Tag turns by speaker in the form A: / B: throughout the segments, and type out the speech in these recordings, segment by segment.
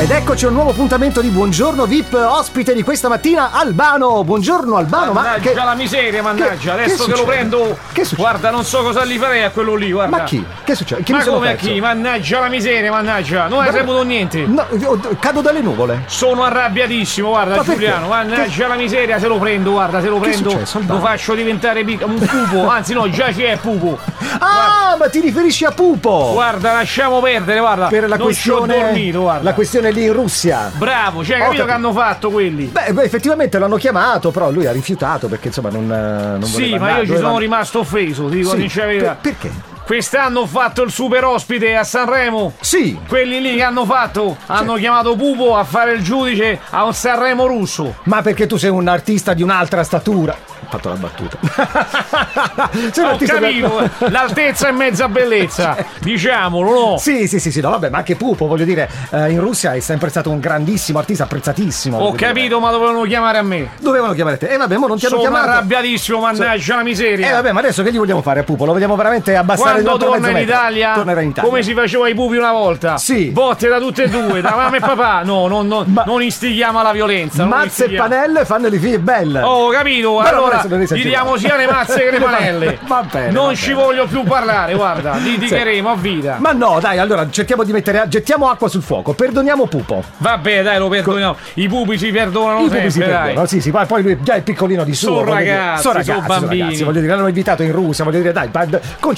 A: Ed eccoci a un nuovo appuntamento di Buongiorno VIP, ospite di questa mattina Albano. Buongiorno Albano, Ah, ma
B: Mannaggia
A: che...
B: la miseria, mannaggia,
A: che
B: adesso che, lo
A: succede?
B: prendo.
A: Che succede?
B: Guarda, non so cosa gli farei a quello lì, guarda.
A: Ma chi? Che succede? Chi
B: Ma
A: mi sono
B: come a
A: perso?
B: chi? Mannaggia la miseria, mannaggia. Non hai
A: Guarda-
B: saputo niente.
A: No, io- cado dalle nuvole.
B: Sono arrabbiatissimo, guarda
A: Ma perché?
B: Giuliano, mannaggia la miseria, se lo prendo, guarda, se lo
A: Che è
B: prendo,
A: successo, Albano?
B: lo faccio diventare pic- un pupo, anzi no, già ci è pupo.
A: Ah, ma ti riferisci a Pupo!
B: Guarda, lasciamo perdere, guarda.
A: per la
B: non
A: questione...
B: ci ho dormito, guarda.
A: La questione lì in Russia.
B: Bravo, cioè,
A: Ho
B: capito che
A: capito.
B: hanno fatto quelli?
A: Beh, beh, effettivamente l'hanno chiamato, però lui ha rifiutato perché insomma non, eh, non
B: Sì,
A: voleva
B: ma
A: andare,
B: io ci
A: doveva-
B: sono rimasto offeso, ti dico
A: Sì,
B: sinceramente.
A: per- perché?
B: Quest'anno ho fatto il super ospite a Sanremo.
A: Sì,
B: Quelli lì che hanno fatto hanno chiamato Pupo a fare il giudice a un Sanremo russo.
A: ma perché tu sei un artista di un'altra statura. Ho fatto la battuta. sei
B: Ho
A: di-
B: capito, eh, l'altezza è mezza bellezza, diciamolo, no?
A: Sì, sì, sì, sì, no, vabbè, ma anche Pupo, voglio dire, eh, in Russia è sempre stato un grandissimo artista, apprezzatissimo.
B: Ho
A: voglio dire.
B: capito, ma dovevano chiamare a me.
A: Dovevano chiamare te. E vabbè, mo non ti hanno
B: Sono
A: chiamato.
B: arrabbiatissimo, mannaggia la
A: E
B: miseria.
A: vabbè, ma adesso che gli vogliamo fare a Pupo? Lo vogliamo veramente abbassare
B: Quando
A: di otto e
B: torna in,
A: mezzo metro?
B: Italia,
A: Tornerà in Italia.
B: come si faceva ai pupi una volta,
A: Sì.
B: botte da tutte e due, da mamma e papà. No, no, no,
A: Ma-
B: non instighiamo alla violenza. non
A: Mazze e
B: instighiamo.
A: Panelle fanno le figlie belle.
B: Oh, capito?
A: Ma no,
B: allora
A: adesso non
B: gli
A: esageriamo.
B: diamo sia le mazze che le
A: Va-
B: panelle.
A: va bene,
B: Non
A: va
B: ci
A: bene.
B: voglio più parlare, guarda, litigheremo a vita.
A: Ma no, dai, allora cerchiamo di mettere. Gettiamo acqua sul fuoco, perdoniamo Pupo.
B: Vabbè, dai, lo perdoniamo. I pupi ci perdonano
A: I
B: sempre,
A: pupi si
B: dai.
A: perdono, sì, sì, poi, poi lui già è piccolino di suo.
B: Sono
A: voglio dire.
B: ragazzi,
A: sono
B: sono
A: ragazzi,
B: bambini.
A: ragazzi, voglio dire, l'hanno invitato in Russia, voglio dire, dai, pa-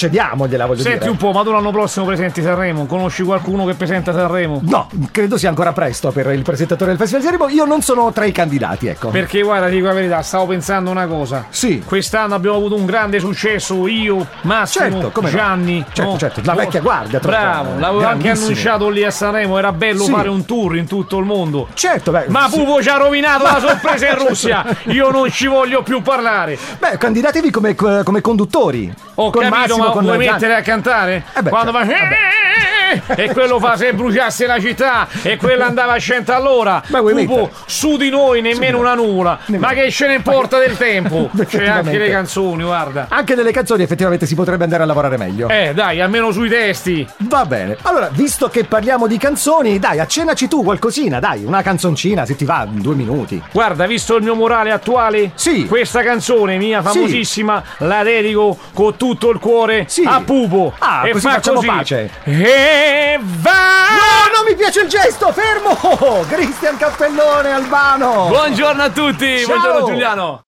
A: concediamogliela, voglio
B: Senti
A: dire.
B: un po', ma tu l'anno prossimo presenti Sanremo? Conosci qualcuno che presenta Sanremo?
A: No, credo sia ancora presto per il presentatore del Festival di Sanremo. Io non sono tra i candidati, ecco.
B: Perché guarda, ti dico la verità, stavo pensando una cosa.
A: Sì.
B: Quest'anno abbiamo avuto un grande successo, io, Massimo,
A: Certo, come no.
B: Gianni.
A: Certo, certo, la vecchia guardia, tra
B: Bravo,
A: l'altro, eh.
B: l'avevo anche
A: grandissimo.
B: annunciato lì a Sanremo, era bello
A: Sì.
B: fare un tour in tutto il mondo.
A: Certo, beh.
B: Ma
A: sì.
B: Pupo ci ha rovinato la sorpresa in Russia. Io non ci voglio più parlare.
A: Beh, candidatevi come, come conduttori.
B: Ho
A: con
B: capito,
A: Massimo,
B: ma
A: con
B: vuoi
A: Gianni.
B: mettere a cantare?
A: Eh beh,
B: Quando
A: certo,
B: fa. E quello fa se bruciasse la città e quella andava a 100 all'ora.
A: Ma vuoi
B: Pupo,
A: mettere?
B: su di noi nemmeno una nuvola.
A: Nemmeno.
B: Ma che ce ne importa del tempo? C'è anche
A: Effettivamente.
B: le canzoni, guarda.
A: Anche delle canzoni effettivamente si potrebbe andare a lavorare meglio.
B: Eh, dai, almeno sui testi.
A: Va bene. Allora, visto che parliamo di canzoni, dai, accennaci tu qualcosina, dai, una canzoncina, se ti va, due minuti.
B: Guarda, visto il mio morale attuale,
A: Sì.
B: questa canzone mia famosissima la dedico con tutto il cuore
A: Sì.
B: a Pupo.
A: Ah,
B: e
A: così
B: fa
A: facciamo
B: così.
A: pace.
B: E va!
A: No, non mi piace il gesto, fermo! Cristian Cappellone, Albano!
B: Buongiorno a tutti,
A: Ciao.
B: buongiorno Giuliano.